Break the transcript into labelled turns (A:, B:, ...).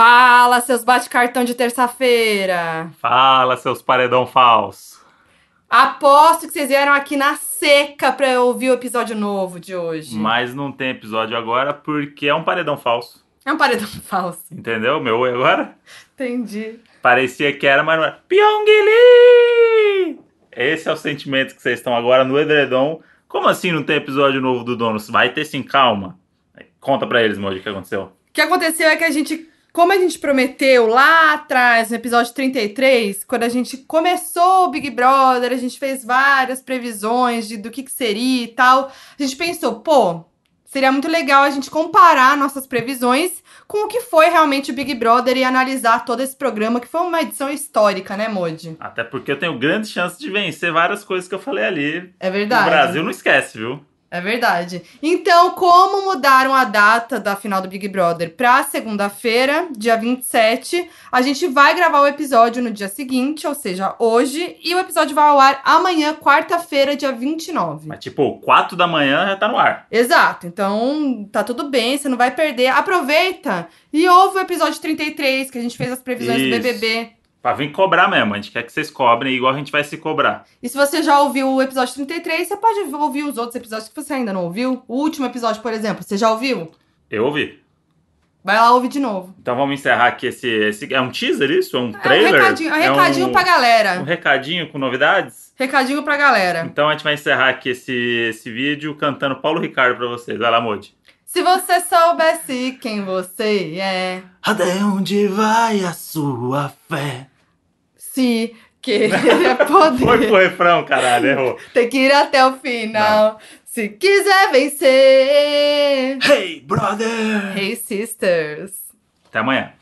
A: Fala, seus bate-cartão de terça-feira.
B: Fala, seus paredão falso.
A: Aposto que vocês vieram aqui na seca pra ouvir o episódio novo de hoje.
B: Mas não tem episódio agora porque é um paredão falso.
A: É um paredão falso.
B: Entendeu? Meu oi agora?
A: Entendi.
B: Parecia que era, mas não era. Pyongyi! Esse é o sentimento que vocês estão agora no edredom. Como assim não tem episódio novo do Donos? Vai ter sim, calma. Conta pra eles, Moji, o que aconteceu.
A: O que aconteceu é que a gente, como a gente prometeu lá atrás, no episódio 33, quando a gente começou o Big Brother, a gente fez várias previsões de, do que, que seria e tal. A gente pensou, pô, seria muito legal a gente comparar nossas previsões com o que foi realmente o Big Brother e analisar todo esse programa, que foi uma edição histórica, né, Modi?
B: Até porque eu tenho grande chance de vencer várias coisas que eu falei ali.
A: É verdade.
B: O Brasil não esquece, viu?
A: É verdade. Então, como mudaram a data da final do Big Brother para segunda-feira, dia 27, a gente vai gravar o episódio no dia seguinte, ou seja, hoje, e o episódio vai ao ar amanhã, quarta-feira, dia 29.
B: Mas tipo, 4 da manhã já tá no ar.
A: Exato. Então, tá tudo bem, você não vai perder. Aproveita e ouve o episódio 33, que a gente fez as previsões do
B: Isso.
A: BBB.
B: Pra vir cobrar mesmo, a gente quer que vocês cobrem, igual a gente vai se cobrar.
A: E se você já ouviu o episódio 33, você pode ouvir os outros episódios que você ainda não ouviu. O último episódio, por exemplo, você já ouviu?
B: Eu ouvi.
A: Vai lá ouvir de novo.
B: Então vamos encerrar aqui esse. esse- é um teaser isso? É um trailer?
A: É um recadinho, é um recadinho
B: um,
A: pra galera.
B: um recadinho com novidades?
A: Recadinho pra galera.
B: Então a gente vai encerrar aqui esse, esse vídeo cantando Paulo Ricardo pra vocês. Vai lá, Modi.
A: Se você soubesse quem você é,
B: Até onde vai a sua fé?
A: se querer
B: Foi
A: poder,
B: pro refrão, caralho, errou.
A: tem que ir até o final. Se quiser vencer.
B: Hey, brother!
A: Hey, sisters.
B: Até amanhã.